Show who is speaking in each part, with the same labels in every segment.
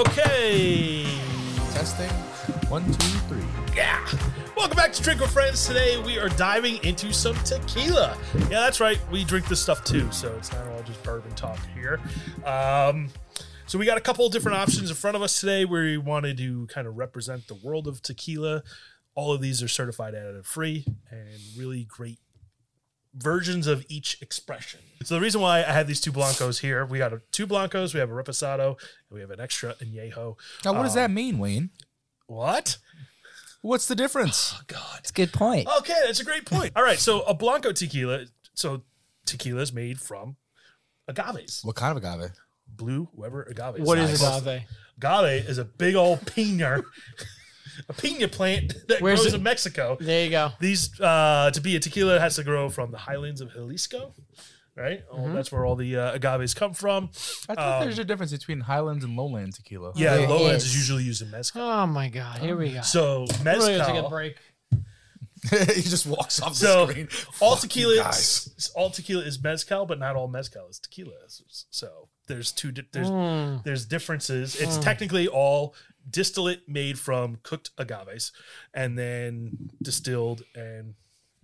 Speaker 1: Okay.
Speaker 2: Testing. One, two, three.
Speaker 1: Yeah. Welcome back to Drink with Friends. Today we are diving into some tequila. Yeah, that's right. We drink this stuff too, so it's not all just bourbon talk here. Um, so we got a couple of different options in front of us today. We wanted to kind of represent the world of tequila. All of these are certified additive free and really great versions of each expression. So the reason why I have these two blancos here, we got a, two blancos, we have a reposado, and we have an extra añejo.
Speaker 2: Now, what does that mean, Wayne?
Speaker 1: What?
Speaker 2: What's the difference?
Speaker 1: God.
Speaker 3: It's a good point.
Speaker 1: Okay, that's a great point. All right, so a blanco tequila, so tequila is made from agaves,
Speaker 2: What kind of agave?
Speaker 1: blue Weber agaves.
Speaker 4: What is
Speaker 1: Nice.
Speaker 4: agave?
Speaker 1: agave? Is a big old pina, a pina plant that
Speaker 4: Where's
Speaker 1: grows
Speaker 4: it?
Speaker 1: in Mexico.
Speaker 4: There you go.
Speaker 1: These uh, to be a tequila it has to grow from the highlands of Jalisco, right? Oh,
Speaker 4: Mm-hmm.
Speaker 1: that's where all the uh, agaves come from.
Speaker 2: I think
Speaker 1: Um,
Speaker 2: there's a difference between Highland and Lowland tequila.
Speaker 1: Yeah,
Speaker 3: There
Speaker 1: lowlands is.
Speaker 3: is.
Speaker 1: usually used in mezcal.
Speaker 4: Oh my god. Here we go.
Speaker 1: So
Speaker 4: Really gonna take a
Speaker 1: mezcal.
Speaker 4: break.
Speaker 2: he just walks off
Speaker 1: So
Speaker 2: the screen.
Speaker 1: all
Speaker 2: Fuck you
Speaker 1: tequila,
Speaker 2: guys.
Speaker 1: all tequila is mezcal, but not all mezcal is tequila. So there's two. Di- there's
Speaker 4: Mm.
Speaker 1: there's differences. It's technically all distillate made from cooked agaves and then distilled and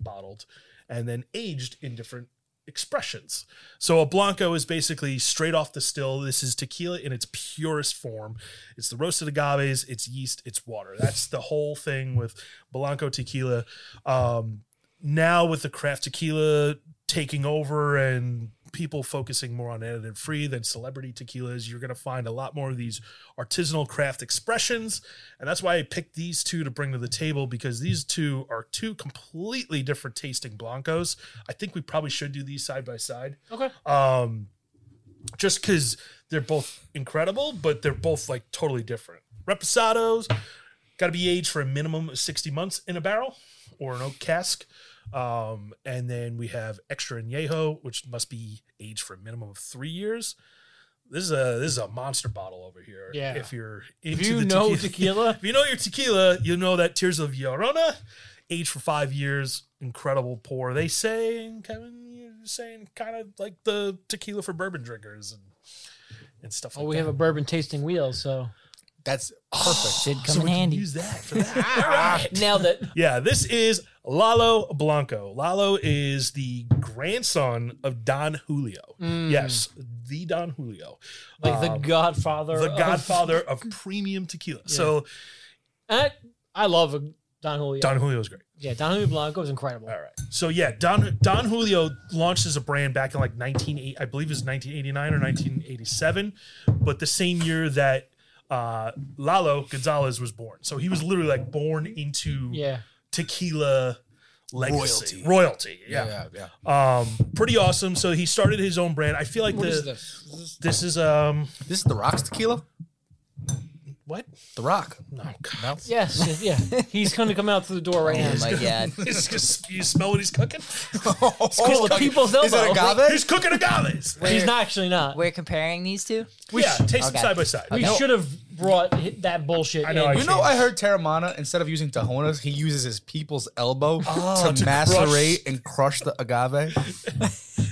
Speaker 1: bottled and then aged in different expressions. So a blanco is basically straight off the still. This is tequila in its purest form. It's the roasted agaves, it's yeast, it's water. That's the whole thing with blanco tequila. Um, now with the craft tequila taking over and people focusing more on additive free than celebrity tequilas, you're going to find a lot more of these artisanal craft expressions. And that's why I picked these two to bring to the table because these two are two completely different tasting blancos. I think we probably should do these side by side.
Speaker 4: Okay.
Speaker 1: Um, just because they're both incredible, but they're both like totally different. Reposados got to be aged for a minimum of 60 months in a barrel or an oak cask. Um, and then we have extra añejo, which must be aged for a minimum of three years. This is a this is a monster bottle over here.
Speaker 4: Yeah.
Speaker 1: If you're
Speaker 4: If
Speaker 1: into
Speaker 4: you
Speaker 1: the
Speaker 4: know
Speaker 1: tequila-
Speaker 4: tequila,
Speaker 1: if you know your tequila, you know that Tears of Llorona, aged for five years, incredible pour. They say, and Kevin, you're saying kind of like the tequila for bourbon drinkers and, and stuff like
Speaker 4: well, Oh, we
Speaker 1: that.
Speaker 4: have a bourbon tasting wheel, so
Speaker 2: That's perfect.
Speaker 3: Should come
Speaker 1: Oh, so
Speaker 3: in
Speaker 1: we can
Speaker 3: handy.
Speaker 1: use that for that. All right.
Speaker 4: nailed it.
Speaker 1: Yeah, this is Lalo Blanco. Lalo is the grandson of Don Julio.
Speaker 4: Mm.
Speaker 1: Yes, the Don Julio,
Speaker 4: Like the
Speaker 1: Um,
Speaker 4: Godfather.
Speaker 1: the
Speaker 4: of-
Speaker 1: godfather of premium tequila. So
Speaker 4: I, Eh, I love Don Julio.
Speaker 1: Don Julio is great.
Speaker 4: yeah, Don Julio Blanco is incredible.
Speaker 1: All right. So yeah, Don Don Julio launched as a brand back in like 19 I believe it was 1989 or 1987, but the same year that uh, Lalo Gonzalez was born. So he was literally like born into
Speaker 4: Yeah.
Speaker 1: tequila legacy.
Speaker 2: Royalty.
Speaker 1: Royalty.
Speaker 2: Yeah,
Speaker 1: Yeah.
Speaker 2: yeah, yeah.
Speaker 1: Um pretty awesome. So he started his own brand. I feel like
Speaker 4: What
Speaker 1: the
Speaker 4: is this? Is this-
Speaker 1: this is um
Speaker 2: This is the Rock's tequila.
Speaker 1: what?
Speaker 2: The Rock.
Speaker 1: No. God.
Speaker 2: No.
Speaker 4: Yes, yeah. He's going to come out through the door right now.
Speaker 3: Oh my god.
Speaker 1: It's just- you smell what he's cooking?
Speaker 4: called a people's
Speaker 2: Oh, Is it
Speaker 4: elbow.
Speaker 2: agave?
Speaker 1: He's cooking agaves.
Speaker 4: He's not actually not.
Speaker 3: We're comparing these two.
Speaker 1: yeah, taste them
Speaker 3: Okay.
Speaker 1: side by side.
Speaker 4: We should have brought hi- that bullshit.
Speaker 1: I know,
Speaker 4: in.
Speaker 1: I-
Speaker 2: You know, I heard Terramana instead of using Tajonas, he uses his people's elbow to,
Speaker 1: to
Speaker 2: macerate and crush the agave.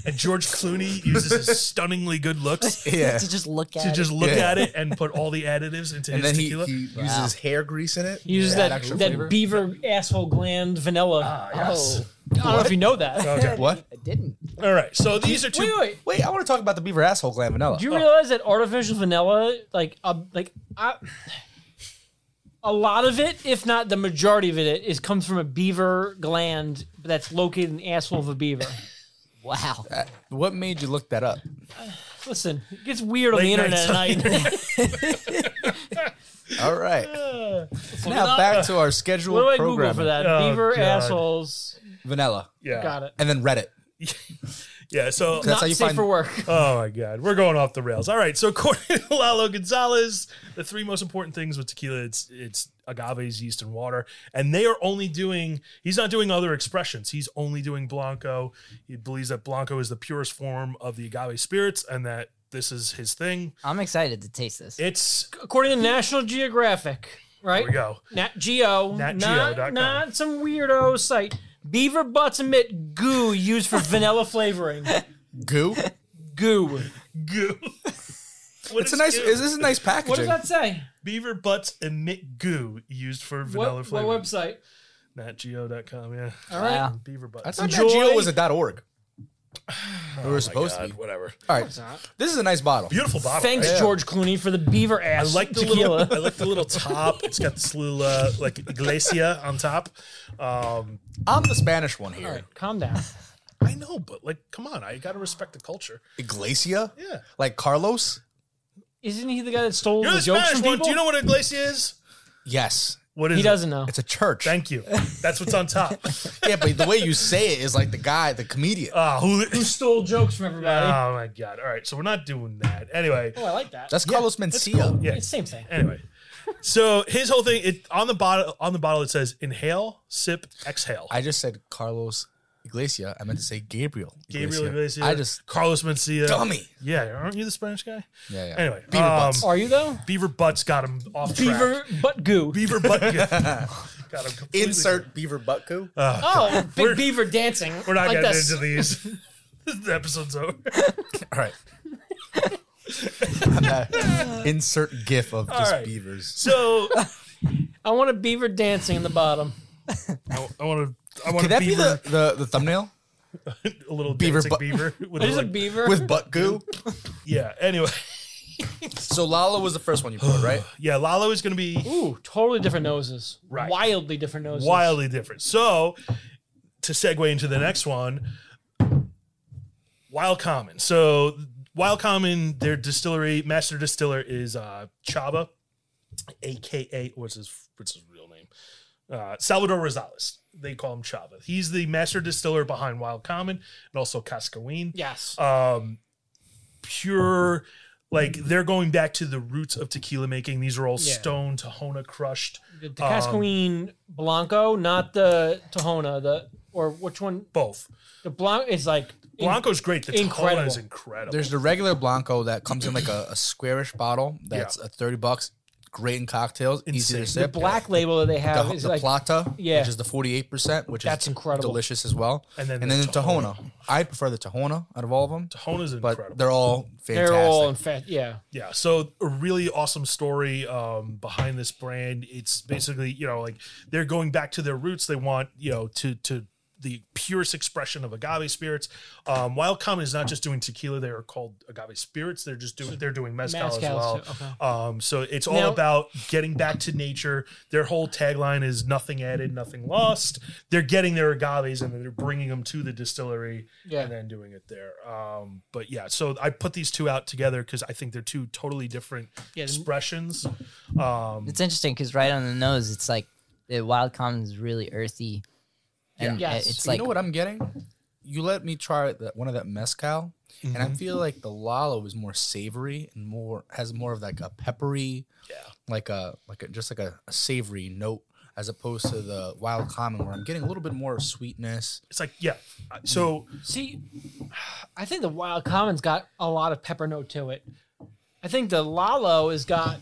Speaker 1: And George Clooney uses his stunningly good looks
Speaker 2: Yeah.
Speaker 3: To just look at.
Speaker 1: to just
Speaker 3: it.
Speaker 1: look
Speaker 2: Yeah.
Speaker 1: at it and put all the additives into
Speaker 2: and
Speaker 1: his
Speaker 2: then he,
Speaker 1: tequila.
Speaker 2: he uses
Speaker 3: Wow.
Speaker 2: his hair grease in it.
Speaker 4: He uses
Speaker 2: Yeah,
Speaker 4: that
Speaker 2: extra flavor.
Speaker 4: that beaver asshole gland vanilla.
Speaker 1: Ah, yes.
Speaker 4: I don't know if you know that.
Speaker 1: Okay.
Speaker 2: What?
Speaker 3: I didn't.
Speaker 1: All right. So these are two.
Speaker 4: Wait, wait.
Speaker 2: Wait, I want to talk about the beaver asshole gland vanilla.
Speaker 1: Oh.
Speaker 4: Do you realize that artificial vanilla, like, uh, like I, a lot of it, if not the majority of it, is comes from a beaver gland that's located in the asshole of a beaver.
Speaker 3: Wow.
Speaker 1: Uh,
Speaker 2: Uh, what made you look that up?
Speaker 4: Listen, it gets weird on the
Speaker 1: Late
Speaker 4: internet
Speaker 1: nights
Speaker 4: at night.
Speaker 2: All right.
Speaker 4: it
Speaker 2: now
Speaker 4: up.
Speaker 2: back to our
Speaker 4: what
Speaker 2: scheduled
Speaker 4: do I Google
Speaker 2: program.
Speaker 4: for that?
Speaker 1: Oh,
Speaker 4: beaver
Speaker 1: God.
Speaker 4: assholes.
Speaker 2: Vanilla.
Speaker 1: Yeah.
Speaker 4: Got it.
Speaker 2: And then Reddit.
Speaker 1: Yeah. So
Speaker 2: That's
Speaker 4: not
Speaker 2: how you
Speaker 4: safe
Speaker 2: find-
Speaker 4: for work.
Speaker 1: Oh my God, we're going off the rails. All right, so according to Lalo Gonzalez, the three most important things with tequila it's it's agaves, yeast, and water, and they are only doing. He's not doing other expressions. He's only doing blanco. He believes that blanco is the purest form of the agave spirits, and that this is his thing.
Speaker 3: I'm excited to taste this.
Speaker 1: It's
Speaker 4: According to National Geographic, right?
Speaker 1: here we go.
Speaker 4: Nat Geo,
Speaker 1: NatGeo.com.
Speaker 4: not, not some weirdo site. Beaver butts emit goo used for vanilla flavoring.
Speaker 2: Goo?
Speaker 4: Goo.
Speaker 1: Goo. What
Speaker 2: It's a
Speaker 1: is
Speaker 2: nice.
Speaker 1: goo?
Speaker 2: This is a nice
Speaker 4: What
Speaker 2: packaging.
Speaker 4: does that say?
Speaker 1: beaver butts emit goo used for vanilla
Speaker 4: What, what
Speaker 1: flavor.
Speaker 4: website?
Speaker 1: NatGeo.com, yeah.
Speaker 4: All right.
Speaker 3: Wow.
Speaker 1: Beaver butts.
Speaker 2: I thought Nat
Speaker 4: Enjoy.
Speaker 2: Geo was a dot org.
Speaker 4: Oh
Speaker 2: we were supposed to
Speaker 1: God,
Speaker 2: be.
Speaker 1: whatever.
Speaker 2: All right. This is a nice bottle.
Speaker 1: Beautiful bottle.
Speaker 4: Thanks,
Speaker 1: right?
Speaker 4: George Clooney, for the beaver
Speaker 1: I
Speaker 4: ass.
Speaker 1: like the
Speaker 4: tequila.
Speaker 1: little. I like the little top. It's got this little uh, like iglesia on top. Um,
Speaker 2: I'm the Spanish one
Speaker 4: All
Speaker 2: here.
Speaker 4: right, calm down.
Speaker 1: I know, but like, come on, I gotta respect the culture.
Speaker 2: Iglesia?
Speaker 1: Yeah,
Speaker 2: Like Carlos?
Speaker 4: Isn't he the guy that stole
Speaker 1: you're
Speaker 4: the
Speaker 1: the
Speaker 4: jokes from
Speaker 1: Spanish
Speaker 4: people?
Speaker 1: one. Do you know what iglesia is?
Speaker 2: Yes.
Speaker 1: What is?
Speaker 4: he
Speaker 1: it?
Speaker 4: doesn't know.
Speaker 2: It's a church.
Speaker 1: Thank you. That's what's on top.
Speaker 2: yeah, but the way you say it is like the guy, the comedian.
Speaker 4: Uh,
Speaker 1: Ah, who?
Speaker 4: Who stole jokes from everybody?
Speaker 1: Oh my god! All right, so we're not doing that anyway.
Speaker 4: oh, I like that.
Speaker 2: That's Carlos Mencia.
Speaker 1: Yeah.
Speaker 4: it's same thing.
Speaker 1: Anyway, so his whole thing it on the bottle on the bottle it says inhale, sip, exhale.
Speaker 2: I just said Carlos Iglesia. I meant to say Gabriel.
Speaker 1: Gabriel Iglesias,
Speaker 2: I just
Speaker 1: Carlos Mencia.
Speaker 2: dummy.
Speaker 1: Yeah, aren't you the Spanish guy?
Speaker 2: Yeah, yeah.
Speaker 1: Anyway,
Speaker 2: Beaver
Speaker 1: um,
Speaker 2: butts.
Speaker 4: Are you though?
Speaker 1: Beaver butts got him off track.
Speaker 4: Beaver butt goo.
Speaker 1: Beaver butt got him completely.
Speaker 2: Insert Beaver butt goo.
Speaker 1: Uh,
Speaker 4: oh,
Speaker 1: We're-
Speaker 4: big beaver dancing.
Speaker 1: We're not
Speaker 4: like
Speaker 1: getting
Speaker 4: this.
Speaker 1: into these. this episode's over.
Speaker 2: All right. I'm not- insert GIF of just
Speaker 1: right.
Speaker 2: beavers.
Speaker 1: So
Speaker 4: I want a beaver dancing in the bottom.
Speaker 1: I want to. I want
Speaker 2: Could
Speaker 1: to
Speaker 2: that be
Speaker 1: beaver
Speaker 2: the, the, the thumbnail
Speaker 1: a little
Speaker 2: beaver
Speaker 1: dancing
Speaker 2: butt-
Speaker 1: beaver. With
Speaker 4: There's
Speaker 1: like,
Speaker 4: a beaver.
Speaker 2: with butt goo?
Speaker 1: yeah. Anyway,
Speaker 2: So Lala was the first one you put, right?
Speaker 1: yeah. Lalo is going to be
Speaker 4: Ooh, totally different noses.
Speaker 1: Right.
Speaker 4: Wildly different noses.
Speaker 1: wildly different. So, to segue into the next one, Wild Common. So, Wild Common, their distillery master distiller is uh, Chaba, aka what's his what's his real name? Uh, Salvador Rosales. They call him Chava. He's the master distiller behind Wild Common and also Cascaween
Speaker 4: Yes.
Speaker 1: um pure like they're going back to the roots of tequila making these are all
Speaker 4: Yeah.
Speaker 1: stone tahona crushed
Speaker 4: the the
Speaker 1: um,
Speaker 4: Cascaween Blanco, not the Tahona. The or which one?
Speaker 1: both
Speaker 4: The Blanco is like in-
Speaker 1: blanco's great the
Speaker 4: incredible.
Speaker 1: tahona is incredible
Speaker 2: There's the regular Blanco that comes in like a, a squarish bottle that's
Speaker 1: Yeah.
Speaker 2: a 30 bucks. Great in cocktails, easy
Speaker 1: Insane.
Speaker 2: to
Speaker 4: the
Speaker 2: sip.
Speaker 4: black label that they
Speaker 2: the,
Speaker 4: have is
Speaker 2: the
Speaker 4: like
Speaker 2: Plata,
Speaker 4: yeah.
Speaker 2: which is the 48%, which
Speaker 4: That's
Speaker 2: is
Speaker 4: incredible.
Speaker 2: delicious as well.
Speaker 1: And then
Speaker 2: and
Speaker 1: the
Speaker 2: then the Tahona. I prefer the Tahona out of all of them,
Speaker 1: tahona's
Speaker 2: but
Speaker 1: incredible
Speaker 2: they're all
Speaker 4: they're
Speaker 2: fantastic.
Speaker 4: all in fact yeah.
Speaker 1: yeah so a really awesome story um, behind this brand it's basically you know like they're going back to their roots they want you know to to the purest expression of agave spirits um, wild common is not just doing tequila they are called agave spirits they're just doing they're doing mezcal, as
Speaker 4: Mezcal,
Speaker 1: well
Speaker 4: too, okay.
Speaker 1: um, so it's all
Speaker 4: Now-
Speaker 1: about getting back to nature their whole tagline is nothing added nothing lost they're getting their agaves and they're bringing them to the distillery
Speaker 4: Yeah.
Speaker 1: and then doing it there. Um, but yeah, so I put these two out together because I think they're two totally different
Speaker 4: Yeah, the-
Speaker 1: expressions. Um,
Speaker 3: It's interesting because right on the nose, it's like the wild common is really earthy, and
Speaker 4: Yeah. Yes.
Speaker 3: it- it's
Speaker 2: you
Speaker 3: like
Speaker 2: know what I'm getting? You let me try that one of that mezcal, and I feel like the Lalo is more savory and more has more of like a peppery,
Speaker 1: Yeah.
Speaker 2: like a like a, just like a, a savory note as opposed to the Wild Common, where I'm getting a little bit more sweetness.
Speaker 1: it's like yeah. So
Speaker 4: See, I think the Wild Common's got a lot of pepper note to it. I think the Lalo has got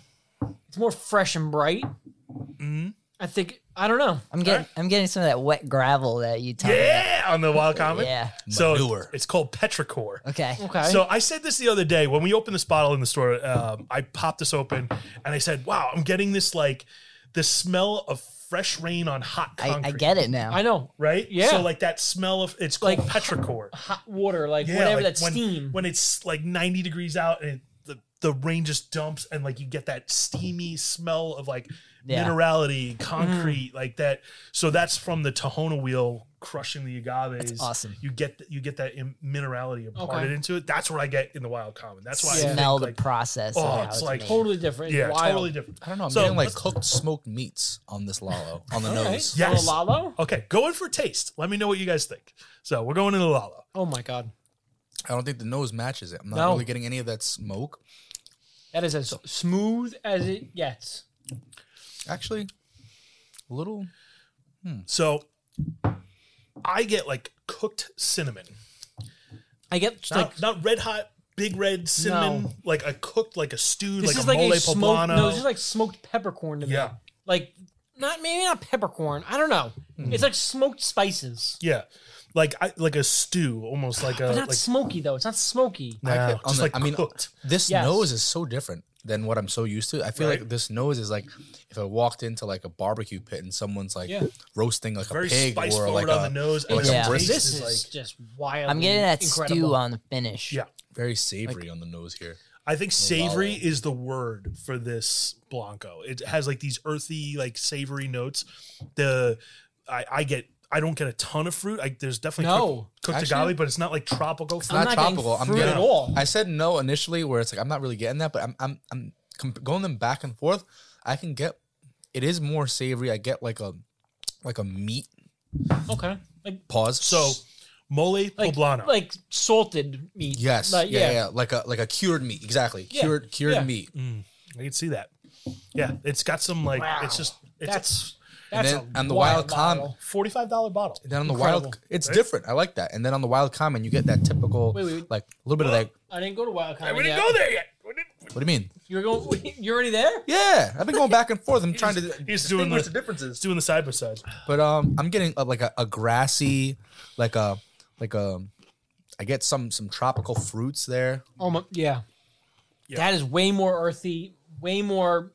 Speaker 4: it's more fresh and bright.
Speaker 1: Mm-hmm.
Speaker 4: I think I don't know.
Speaker 3: I'm getting I'm getting some of that wet gravel that you talked about.
Speaker 1: yeah, on the wild comet.
Speaker 3: Yeah.
Speaker 1: So
Speaker 2: Manure.
Speaker 1: it's called petrichor.
Speaker 3: Okay.
Speaker 4: Okay.
Speaker 1: So I said this the other day when we opened this bottle in the store. Um, I popped this open and I said, "Wow, I'm getting this like the smell of fresh rain on hot
Speaker 3: I,
Speaker 1: concrete."
Speaker 3: I get it now.
Speaker 4: I know
Speaker 1: Right?
Speaker 4: Yeah.
Speaker 1: So like that smell of it's called petrichor.
Speaker 4: hot water, like
Speaker 1: Yeah,
Speaker 4: whatever
Speaker 1: like
Speaker 4: that
Speaker 1: when,
Speaker 4: steam.
Speaker 1: when it's like 90 degrees out and the, the rain just dumps and like you get that steamy smell of like
Speaker 3: Yeah. Mm.
Speaker 1: minerality concrete like that so that's from the tahona wheel crushing the agaves
Speaker 3: awesome.
Speaker 1: you get th- you get that im- minerality imparted
Speaker 4: Okay.
Speaker 1: into it that's what i get in the wild common that's why I
Speaker 4: Yeah.
Speaker 1: think,
Speaker 3: Smell
Speaker 1: like-
Speaker 3: the process.
Speaker 1: Oh,
Speaker 3: of how
Speaker 1: it's
Speaker 3: it's
Speaker 1: like-
Speaker 3: made.
Speaker 4: totally different.
Speaker 1: yeah
Speaker 4: Wild.
Speaker 1: totally different
Speaker 2: I don't know. I'm
Speaker 1: So
Speaker 2: getting like
Speaker 1: let's-
Speaker 2: cooked smoked meats on this Lalo on the
Speaker 4: All right.
Speaker 2: nose.
Speaker 1: Yes.
Speaker 4: The Lalo.
Speaker 1: okay go in for taste let me know what you guys think so we're going into lala
Speaker 4: Oh my god,
Speaker 2: I don't think the nose matches it. I'm not
Speaker 4: No.
Speaker 2: really getting any of that smoke.
Speaker 4: that is as smooth as it gets.
Speaker 2: Actually, a little.
Speaker 1: so i get like cooked cinnamon
Speaker 4: I get
Speaker 1: Not,
Speaker 4: like
Speaker 1: not red hot, big red cinnamon,
Speaker 4: No.
Speaker 1: like a cooked, like a stewed, like
Speaker 4: this
Speaker 1: a
Speaker 4: is like
Speaker 1: mole
Speaker 4: a smoked.
Speaker 1: poblano.
Speaker 4: No, this is like smoked peppercorn to me.
Speaker 1: Yeah. Hmm.
Speaker 4: Like not maybe not peppercorn. I don't know. It's like smoked spices.
Speaker 1: yeah, like I, like a stew, almost like a
Speaker 4: But not
Speaker 1: Uh, like
Speaker 4: smoky though. It's not smoky.
Speaker 1: no,
Speaker 2: I could- on
Speaker 1: just
Speaker 2: the-
Speaker 1: like
Speaker 2: I mean,
Speaker 1: cooked.
Speaker 2: This
Speaker 4: Yes.
Speaker 2: nose is so different than what I'm so used to. I feel
Speaker 1: Right.
Speaker 2: like this nose is like if I walked into like a barbecue pit and someone's like
Speaker 4: Yeah.
Speaker 2: roasting like
Speaker 1: Very
Speaker 2: a pig
Speaker 1: spice
Speaker 2: or
Speaker 1: forward
Speaker 2: like
Speaker 1: on
Speaker 2: a
Speaker 1: the nose.
Speaker 2: like
Speaker 1: and
Speaker 3: Yeah.
Speaker 1: the taste
Speaker 2: brisket.
Speaker 4: This
Speaker 1: is
Speaker 4: is
Speaker 1: like
Speaker 4: just wild.
Speaker 3: I'm getting that
Speaker 4: incredible.
Speaker 3: stew on the finish.
Speaker 1: yeah.
Speaker 2: very savory on the nose here.
Speaker 1: I think savory
Speaker 2: Wow.
Speaker 1: is the word for this blanco. It has like these earthy, like savory notes. The I, I get I don't get a ton of fruit. I, there's definitely
Speaker 4: No.
Speaker 1: cooked, cooked
Speaker 2: Actually-
Speaker 1: agave, but it's not like tropical fruit.
Speaker 4: I'm
Speaker 2: not
Speaker 4: not getting
Speaker 2: tropical. I'm
Speaker 4: fruit
Speaker 2: getting-
Speaker 4: at all.
Speaker 2: I said no initially, where it's like I'm not really getting that, but I'm I'm I'm comp- going them back and forth. I can get it is more savory. I get like a like a meat
Speaker 4: okay. Like
Speaker 2: pause.
Speaker 1: so mole
Speaker 4: like,
Speaker 1: poblano.
Speaker 4: like salted meat.
Speaker 2: yes,
Speaker 4: Like,
Speaker 2: yeah, yeah, like a like a cured meat, exactly
Speaker 4: Yeah,
Speaker 2: cured cured
Speaker 4: yeah.
Speaker 2: meat.
Speaker 1: Mm. I can see that. Yeah, it's got some like it's just it's
Speaker 4: that's
Speaker 2: And
Speaker 4: that's
Speaker 2: then
Speaker 4: a
Speaker 2: on the wild
Speaker 4: bottle.
Speaker 2: con-
Speaker 1: forty five dollar bottle.
Speaker 2: Then on the
Speaker 4: Incredible,
Speaker 2: wild, it's
Speaker 1: right?
Speaker 2: different. I like that. And then on the wild common, you get that typical
Speaker 4: Wait, wait.
Speaker 2: like a little bit of like.
Speaker 4: I didn't go to wild con.
Speaker 1: We didn't
Speaker 4: yet.
Speaker 1: go there yet. We didn't-
Speaker 2: What do you mean?
Speaker 4: You were going. You're already there.
Speaker 2: Yeah, I've been going back and forth. I'm trying to
Speaker 1: He's doing
Speaker 2: distinguish
Speaker 1: the- It's
Speaker 2: differences,
Speaker 1: doing the side by side.
Speaker 2: but um, I'm getting uh, like a, a grassy, like a like a. I get some some tropical fruits there.
Speaker 4: Oh my, yeah. That is way more earthy, way more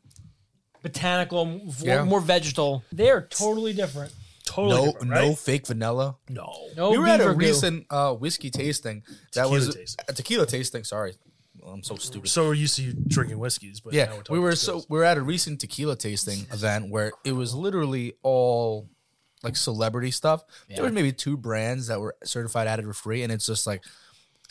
Speaker 4: botanical, m- v-
Speaker 2: Yeah.
Speaker 4: more vegetal. They are totally different.
Speaker 1: Totally
Speaker 2: No
Speaker 1: different,
Speaker 2: no
Speaker 1: right?
Speaker 2: fake vanilla.
Speaker 1: no
Speaker 4: No,
Speaker 2: we were at a
Speaker 4: Oh, beaver goo.
Speaker 2: recent uh, whiskey tasting. That
Speaker 1: Tequila
Speaker 2: was
Speaker 1: tasting.
Speaker 2: a tequila tasting. Sorry, well, I'm so stupid.
Speaker 1: So we're used to you drinking whiskeys, but now
Speaker 2: yeah, we
Speaker 1: talking
Speaker 2: were
Speaker 1: tequilas.
Speaker 2: so we were at a recent tequila tasting event where it was literally all like celebrity stuff. There was maybe two brands that were certified added for free, and it's just like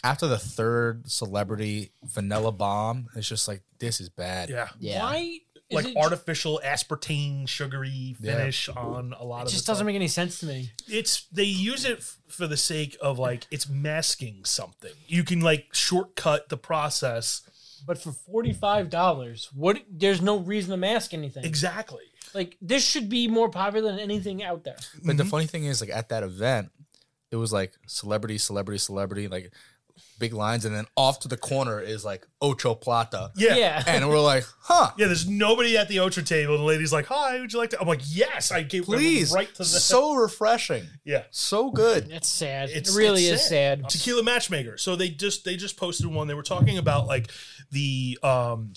Speaker 2: after the third celebrity vanilla bomb, it's just like this is bad.
Speaker 1: yeah.
Speaker 3: Yeah.
Speaker 4: Why? is
Speaker 1: like
Speaker 4: it-
Speaker 1: artificial aspartame sugary finish on a lot
Speaker 4: It
Speaker 1: of
Speaker 4: just
Speaker 1: the
Speaker 4: doesn't
Speaker 1: stuff.
Speaker 4: make any sense to me.
Speaker 1: it's they use it f- for the sake of like it's masking something you can like shortcut the process
Speaker 4: But for forty five dollars, what? There's no reason to mask anything.
Speaker 1: exactly
Speaker 4: Like this should be more popular than anything out there.
Speaker 2: But the funny thing is, like at that event, it was like celebrity, celebrity, celebrity, like big lines, and then off to the corner is like Ocho Plata.
Speaker 1: yeah yeah,
Speaker 4: Yeah.
Speaker 2: And we're like, huh.
Speaker 1: there's nobody at the ultra table and the lady's like hi would you like to i'm like yes i gave
Speaker 2: Please,
Speaker 1: right to the
Speaker 2: so refreshing,
Speaker 1: yeah
Speaker 2: so good.
Speaker 4: That's sad.
Speaker 1: It's-
Speaker 4: it really
Speaker 1: it's
Speaker 4: is sad.
Speaker 1: tequila matchmaker so they just they just posted one they were talking about like the um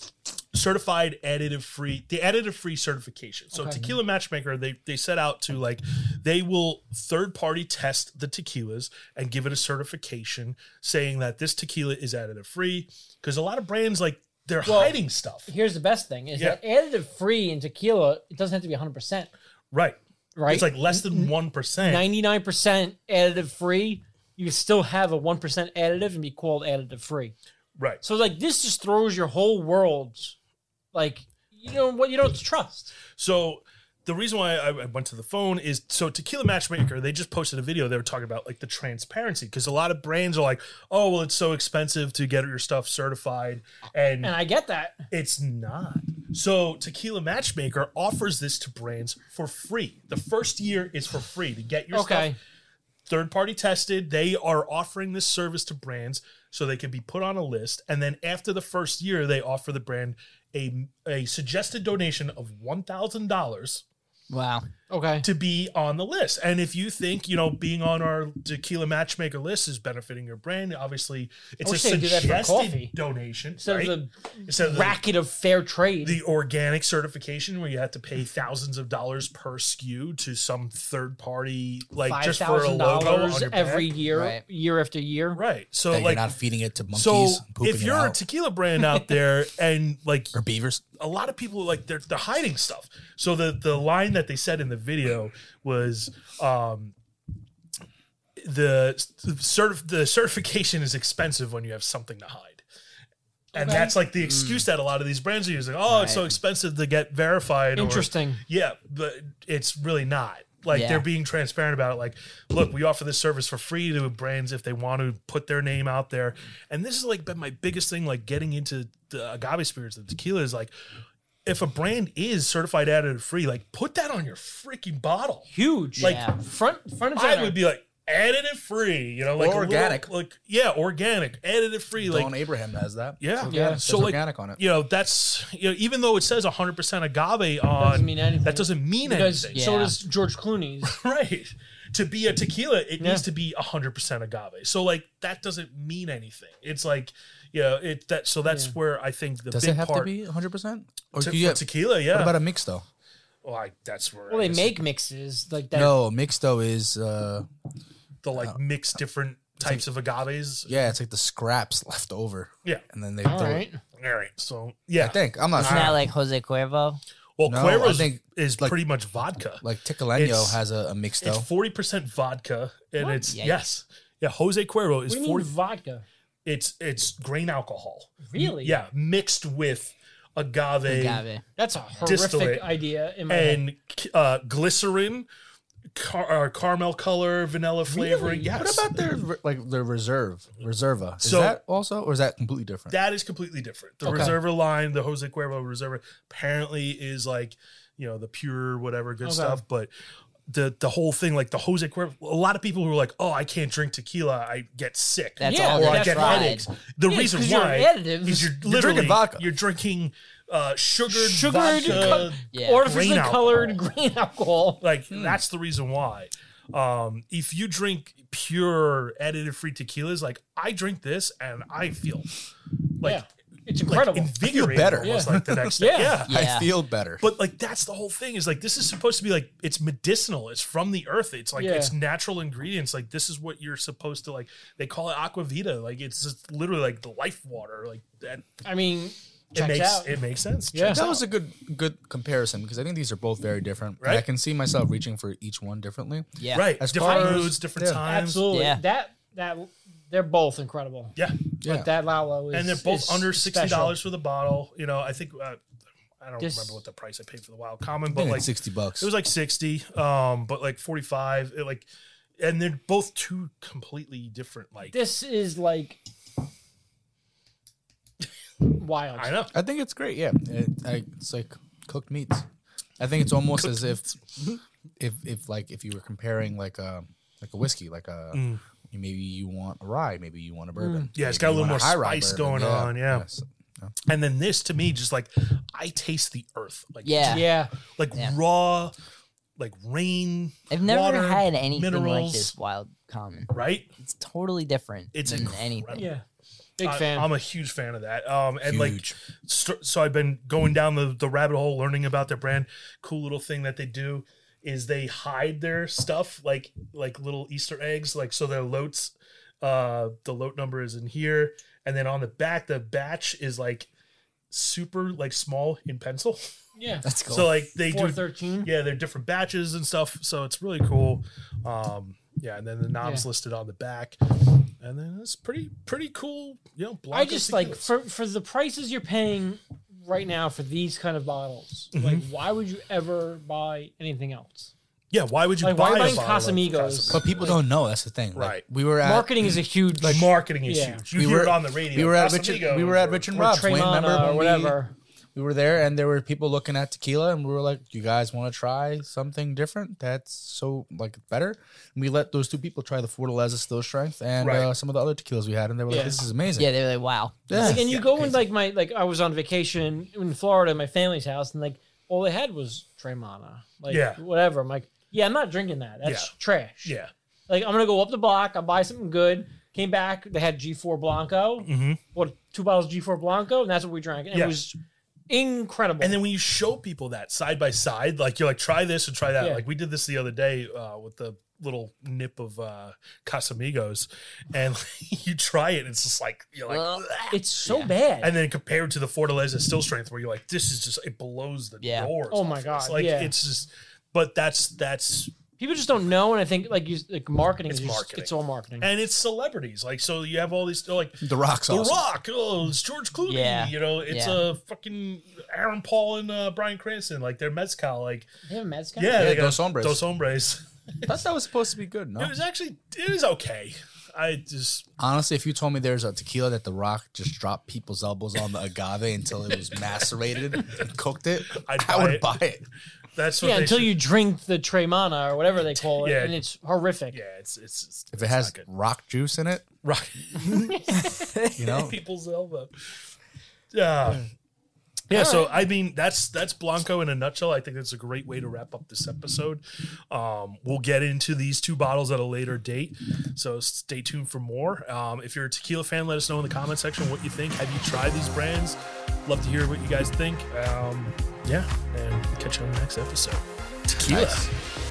Speaker 1: certified additive free the additive free certification so tequila matchmaker they they set out to like they will third party test the tequilas and give it a certification saying that this tequila is additive free because a lot of brands like they're hiding stuff
Speaker 4: Here's the best thing: is
Speaker 1: Yeah.
Speaker 4: that additive free in tequila. It doesn't have to be one hundred percent,
Speaker 1: right
Speaker 4: right?
Speaker 1: it's like less than 1%
Speaker 4: 99% additive free, you still have a 1% additive and be called additive free.
Speaker 1: right
Speaker 4: So like this just throws your whole world like you know what you don't trust.
Speaker 1: So the reason why I I went to the phone is so Tequila Matchmaker, they just posted a video. They were talking about like the transparency because a lot of brands are like, oh, well, it's so expensive to get your stuff certified. And
Speaker 4: And I get that.
Speaker 1: it's not. So Tequila Matchmaker offers this to brands for free. The first year is for free to get your
Speaker 4: Okay.
Speaker 1: stuff third party tested. They are offering this service to brands so they can be put on a list. And then after the first year, they offer the brand a, a suggested donation of $1,000
Speaker 3: Wow.
Speaker 4: Okay.
Speaker 1: to be on the list. And if you think, you know, being on our tequila matchmaker list is benefiting your brand, obviously it's a
Speaker 4: wish they'd do that for
Speaker 1: suggested
Speaker 4: coffee.
Speaker 1: donation.
Speaker 4: Instead
Speaker 1: right?
Speaker 4: of
Speaker 1: Instead
Speaker 4: the
Speaker 1: of
Speaker 4: racket of fair trade.
Speaker 1: the organic certification where you have to pay thousands of dollars per skew to some third party, like
Speaker 4: Five
Speaker 1: just for a
Speaker 4: thousand
Speaker 1: logo on
Speaker 4: dollars
Speaker 1: your back.
Speaker 4: every year,
Speaker 3: Right.
Speaker 4: year after year.
Speaker 1: Right. So
Speaker 2: that
Speaker 1: like
Speaker 2: you're not feeding it to monkeys.
Speaker 1: so
Speaker 2: and pooping
Speaker 1: if
Speaker 2: it
Speaker 1: you're a
Speaker 2: out,
Speaker 1: tequila brand out there and like
Speaker 2: or beavers,
Speaker 1: a lot of people like they're they're hiding stuff. So the the line that they said in the video was um the certif- the certification is expensive when you have something to hide. And
Speaker 4: Okay.
Speaker 1: that's like the excuse that a lot of these brands are using. Oh, it's so
Speaker 3: Right.
Speaker 1: expensive to get verified. or-
Speaker 4: Interesting.
Speaker 1: yeah, but it's really not. Like
Speaker 3: Yeah.
Speaker 1: they're being transparent about it. Like, look, we offer this service for free to brands if they want to put their name out there. And this has like been my biggest thing, like getting into the agave spirits and tequila is like, if a brand is certified additive free, like put that on your freaking bottle.
Speaker 4: Huge.
Speaker 1: Like,
Speaker 3: Yeah.
Speaker 4: front front and
Speaker 1: I
Speaker 4: center.
Speaker 1: would be like additive free, you know, like
Speaker 2: Or
Speaker 1: a little-
Speaker 2: organic.
Speaker 1: like yeah, organic, additive free, like
Speaker 2: Don Abraham has that.
Speaker 1: yeah,
Speaker 4: Yeah.
Speaker 2: It
Speaker 1: So
Speaker 2: says
Speaker 1: like,
Speaker 2: organic on it.
Speaker 1: you know, that's you know, even though it says 100 percent agave on,
Speaker 4: mean anything.
Speaker 1: that doesn't mean
Speaker 4: because
Speaker 1: anything,
Speaker 4: so
Speaker 3: Yeah.
Speaker 4: does George Clooney's.
Speaker 1: right? to be a tequila, it
Speaker 4: Yeah.
Speaker 1: needs to be 100% agave. So like that doesn't mean anything. It's like, you know, it that so that's where I think the
Speaker 2: Does
Speaker 1: big
Speaker 2: it have
Speaker 1: part
Speaker 2: to be 100? percent Or
Speaker 1: to-
Speaker 2: do you
Speaker 1: for
Speaker 2: have,
Speaker 1: tequila, yeah.
Speaker 2: what about a mixto?
Speaker 1: well, I, that's where
Speaker 4: Well,
Speaker 1: I
Speaker 4: they
Speaker 1: guess
Speaker 4: make mixes like that.
Speaker 2: No, mixto is uh
Speaker 1: the like mix different types of agaves.
Speaker 2: Oh. yeah, it's like the scraps left over,
Speaker 1: Yeah.
Speaker 2: and then they
Speaker 4: All
Speaker 2: throw it-
Speaker 4: right.
Speaker 1: All right. So
Speaker 2: I
Speaker 1: yeah.
Speaker 2: think I'm not
Speaker 3: Isn't
Speaker 2: sure.
Speaker 3: that like Jose Cuervo?
Speaker 1: Well,
Speaker 2: No, I
Speaker 1: Cuero's
Speaker 2: think,
Speaker 1: is
Speaker 2: like-
Speaker 1: pretty much vodka.
Speaker 2: Like Ticoleño
Speaker 1: It's-
Speaker 2: has a, a
Speaker 1: It's
Speaker 2: mixto.
Speaker 1: forty percent vodka, and
Speaker 3: What?
Speaker 1: it's
Speaker 3: Yikes.
Speaker 1: yes, yeah. Jose Cuervo
Speaker 4: What
Speaker 1: is
Speaker 4: do you mean
Speaker 1: forty.
Speaker 4: vodka?
Speaker 1: It's it's grain alcohol.
Speaker 4: Really?
Speaker 1: Yeah, mixed with agave,
Speaker 3: Agave.
Speaker 4: That's a horrific
Speaker 1: Distillate.
Speaker 4: idea. In my head.
Speaker 1: and uh, glycerin, car- uh, caramel color, vanilla flavoring. Yes,
Speaker 2: What about their re- like their reserve reserva? Is
Speaker 1: So-
Speaker 2: that also or is that completely different?
Speaker 1: that is completely different. The
Speaker 2: Okay.
Speaker 1: Reserva line, the Jose Cuervo Reserva, apparently is like you know the pure whatever good
Speaker 4: Okay.
Speaker 1: stuff, but. The, the whole thing like the Jose Cuervo a lot of people who are like oh I can't drink tequila I get sick
Speaker 3: That's
Speaker 4: Yeah,
Speaker 3: all
Speaker 1: or
Speaker 3: they
Speaker 1: I
Speaker 4: that's
Speaker 1: get
Speaker 4: right.
Speaker 1: headaches the
Speaker 4: Yeah,
Speaker 1: reason
Speaker 4: 'cause you're
Speaker 1: why
Speaker 4: additives.
Speaker 1: is you're
Speaker 2: You're
Speaker 1: literally
Speaker 2: drinking vodka.
Speaker 1: you're drinking uh, sugared
Speaker 4: Sugared
Speaker 1: vodka,
Speaker 4: co-
Speaker 3: Yeah.
Speaker 4: artificially
Speaker 1: Grain
Speaker 4: colored
Speaker 1: alcohol.
Speaker 4: green alcohol.
Speaker 1: like that's the reason why um if you drink pure edited free tequilas like i drink this and i feel like
Speaker 4: yeah, it's
Speaker 1: like
Speaker 4: incredible.
Speaker 1: invigorated
Speaker 2: better.
Speaker 1: almost
Speaker 4: Yeah.
Speaker 1: like the next day yeah.
Speaker 4: Yeah.
Speaker 3: Yeah.
Speaker 2: I feel better.
Speaker 1: but like that's the whole thing is like this is supposed to be like it's medicinal it's from the earth it's like
Speaker 4: Yeah.
Speaker 1: it's natural ingredients like this is what you're supposed to like they call it aquavita like it's just literally like the life water like that
Speaker 4: I mean,
Speaker 1: it
Speaker 4: checks
Speaker 1: makes
Speaker 4: out.
Speaker 1: it makes sense
Speaker 4: Yeah.
Speaker 1: Checks
Speaker 2: that
Speaker 1: out.
Speaker 2: was a good good comparison because I think these are both very different. and I
Speaker 1: Right?
Speaker 2: can see myself reaching for each one differently.
Speaker 3: Yeah.
Speaker 1: right
Speaker 2: As
Speaker 1: different
Speaker 2: far as-
Speaker 1: moods different
Speaker 2: yeah.
Speaker 1: times
Speaker 4: absolutely.
Speaker 3: Yeah.
Speaker 4: That that they're both incredible.
Speaker 1: yeah
Speaker 2: Yeah.
Speaker 4: Like that Lalo is,
Speaker 1: and they're both
Speaker 4: is
Speaker 1: under sixty
Speaker 4: special.
Speaker 1: dollars for the bottle. You know, I think uh, I don't
Speaker 4: This-
Speaker 1: remember what the price I paid for the wild common,
Speaker 2: I think
Speaker 1: but like
Speaker 2: it's sixty bucks.
Speaker 1: it was like sixty, um, but like forty five, like, and they're both two completely different. Like
Speaker 4: This is like wild.
Speaker 1: I know,
Speaker 2: I think it's great. Yeah, it, I, it's like cooked meats. I think it's almost as if,
Speaker 1: Mm-hmm.
Speaker 2: if if like if you were comparing like a like a whiskey, like a you- maybe you want a rye, maybe you want a bourbon.
Speaker 1: Mm. Yeah, it's
Speaker 2: maybe
Speaker 1: got a
Speaker 2: you
Speaker 1: little
Speaker 2: want
Speaker 1: more
Speaker 2: high rye
Speaker 1: spice going on, yeah.
Speaker 2: Yes.
Speaker 1: and then this to me just like I taste the earth, like
Speaker 3: Yeah.
Speaker 4: Yeah.
Speaker 1: like
Speaker 3: Yeah.
Speaker 1: raw, like rain.
Speaker 3: I've never
Speaker 1: water,
Speaker 3: had anything like
Speaker 1: minerals.
Speaker 3: this wild common.
Speaker 1: Right,
Speaker 3: It's totally different
Speaker 1: It's
Speaker 3: than
Speaker 1: incredible.
Speaker 3: anything.
Speaker 4: Yeah. Big
Speaker 1: I,
Speaker 4: fan.
Speaker 1: Uh, I'm a huge fan of that. Um, and like
Speaker 2: Huge.
Speaker 1: st- so I've been going down the, the rabbit hole learning about their brand. Cool little thing that they do is they hide their stuff like like little Easter eggs. Like so their lotes, uh the lot number is in here. And then on the back, the batch is like super like small in pencil.
Speaker 4: yeah.
Speaker 2: That's cool.
Speaker 1: So like they
Speaker 4: Four
Speaker 1: do
Speaker 4: thirteen.
Speaker 1: yeah, they're different batches and stuff. So it's really cool. Um yeah, and then the knobs
Speaker 4: Yeah.
Speaker 1: listed on the back. And then it's pretty pretty cool, you know,
Speaker 4: I
Speaker 1: Blanco
Speaker 4: just like
Speaker 1: tequilas.
Speaker 4: for for the prices you're paying right now for these kind of bottles. Like,
Speaker 1: Mm-hmm.
Speaker 4: why would you ever buy anything else?
Speaker 1: Yeah, why would you
Speaker 4: Like,
Speaker 1: buy
Speaker 4: why
Speaker 1: a
Speaker 4: buying
Speaker 1: bottle of
Speaker 4: Casamigos?
Speaker 2: but people don't know. That's the thing. Like,
Speaker 1: Right.
Speaker 2: We were at
Speaker 4: Marketing is a huge
Speaker 1: Like marketing is
Speaker 4: Yeah.
Speaker 1: huge. You hear it on the radio.
Speaker 2: We were at
Speaker 1: Casamigos
Speaker 2: Rich. We were at
Speaker 1: or-
Speaker 2: Rich and
Speaker 4: or
Speaker 2: Rob's. Wayne,
Speaker 4: Tremana
Speaker 2: remember when we-
Speaker 4: or uh, whatever.
Speaker 2: we were there and there were people looking at tequila and we were like you guys want to try something different that's so like better and we let those two people try the fortaleza still strength and
Speaker 1: Right.
Speaker 2: uh, some of the other tequilas we had and they were
Speaker 4: Yeah.
Speaker 2: like this is amazing
Speaker 3: Yeah, they're like, wow.
Speaker 2: Yeah.
Speaker 4: Like, and you
Speaker 1: Yeah,
Speaker 4: go in like my like I was on vacation in Florida at my family's house and like all they had was Tremana. Like
Speaker 1: Yeah.
Speaker 4: whatever. I'm like, yeah, I'm not drinking that. That's
Speaker 1: Yeah.
Speaker 4: trash.
Speaker 1: Yeah.
Speaker 4: Like I'm gonna go up the block, I'll buy something good. Came back, they had G4 Blanco.
Speaker 1: Mhm.
Speaker 4: What two bottles of G4 Blanco, and that's what we drank. And
Speaker 1: Yeah.
Speaker 4: it was incredible.
Speaker 1: And then when you show people that side by side, like you're like, try this and try that.
Speaker 4: Yeah.
Speaker 1: Like we did this the other day uh, with the little nip of uh, Casamigos, and you try it, and it's just like you're like,
Speaker 3: Well,
Speaker 4: it's so
Speaker 3: Yeah.
Speaker 4: bad.
Speaker 1: and then compared to the Fortaleza Still Strength, where you're like, this is just it blows the
Speaker 3: Yeah.
Speaker 1: doors.
Speaker 4: Oh my
Speaker 1: off
Speaker 4: God,
Speaker 1: us. Like
Speaker 4: yeah.
Speaker 1: it's just, but that's that's
Speaker 4: People just don't know, and I think like you like marketing
Speaker 1: It's
Speaker 4: is just-
Speaker 1: marketing.
Speaker 4: It's all marketing.
Speaker 1: and it's celebrities. Like so you have all these like
Speaker 2: the rocks
Speaker 1: The
Speaker 2: awesome.
Speaker 1: Rock. Oh, it's George Clooney.
Speaker 3: Yeah.
Speaker 1: You know, it's
Speaker 3: Yeah.
Speaker 1: uh, fucking Aaron Paul and uh, Brian Cranston. Like they're mezcal. Like
Speaker 4: they have a mezcal?
Speaker 1: yeah, they got
Speaker 2: Dos Hombres.
Speaker 1: Dos Hombres.
Speaker 2: thought that was supposed to be good no
Speaker 1: It was actually it is okay. I just
Speaker 2: honestly if you told me there's a tequila that the rock just dropped people's elbows on the agave until it was macerated and cooked it
Speaker 1: I'd
Speaker 2: i
Speaker 1: buy
Speaker 2: would
Speaker 1: it.
Speaker 2: buy it
Speaker 1: that's what
Speaker 4: Yeah,
Speaker 1: they
Speaker 4: until
Speaker 1: should-
Speaker 4: you drink the Tremana or whatever they call it,
Speaker 1: Yeah.
Speaker 4: and it's horrific.
Speaker 1: Yeah, it's it's, it's
Speaker 2: if it has
Speaker 1: good.
Speaker 2: rock juice in it
Speaker 1: rock
Speaker 2: you know
Speaker 1: people's elbow. Yeah. Yeah, so I mean that's that's Blanco in a nutshell. I think that's a great way to wrap up this episode. Um, we'll get into these two bottles at a later date, so stay tuned for more. Um, if you're a tequila fan, let us know in the comment section what you think. Have you tried these brands? Love to hear what you guys think. Um, yeah, and catch you on the next episode. Tequila.
Speaker 2: Nice.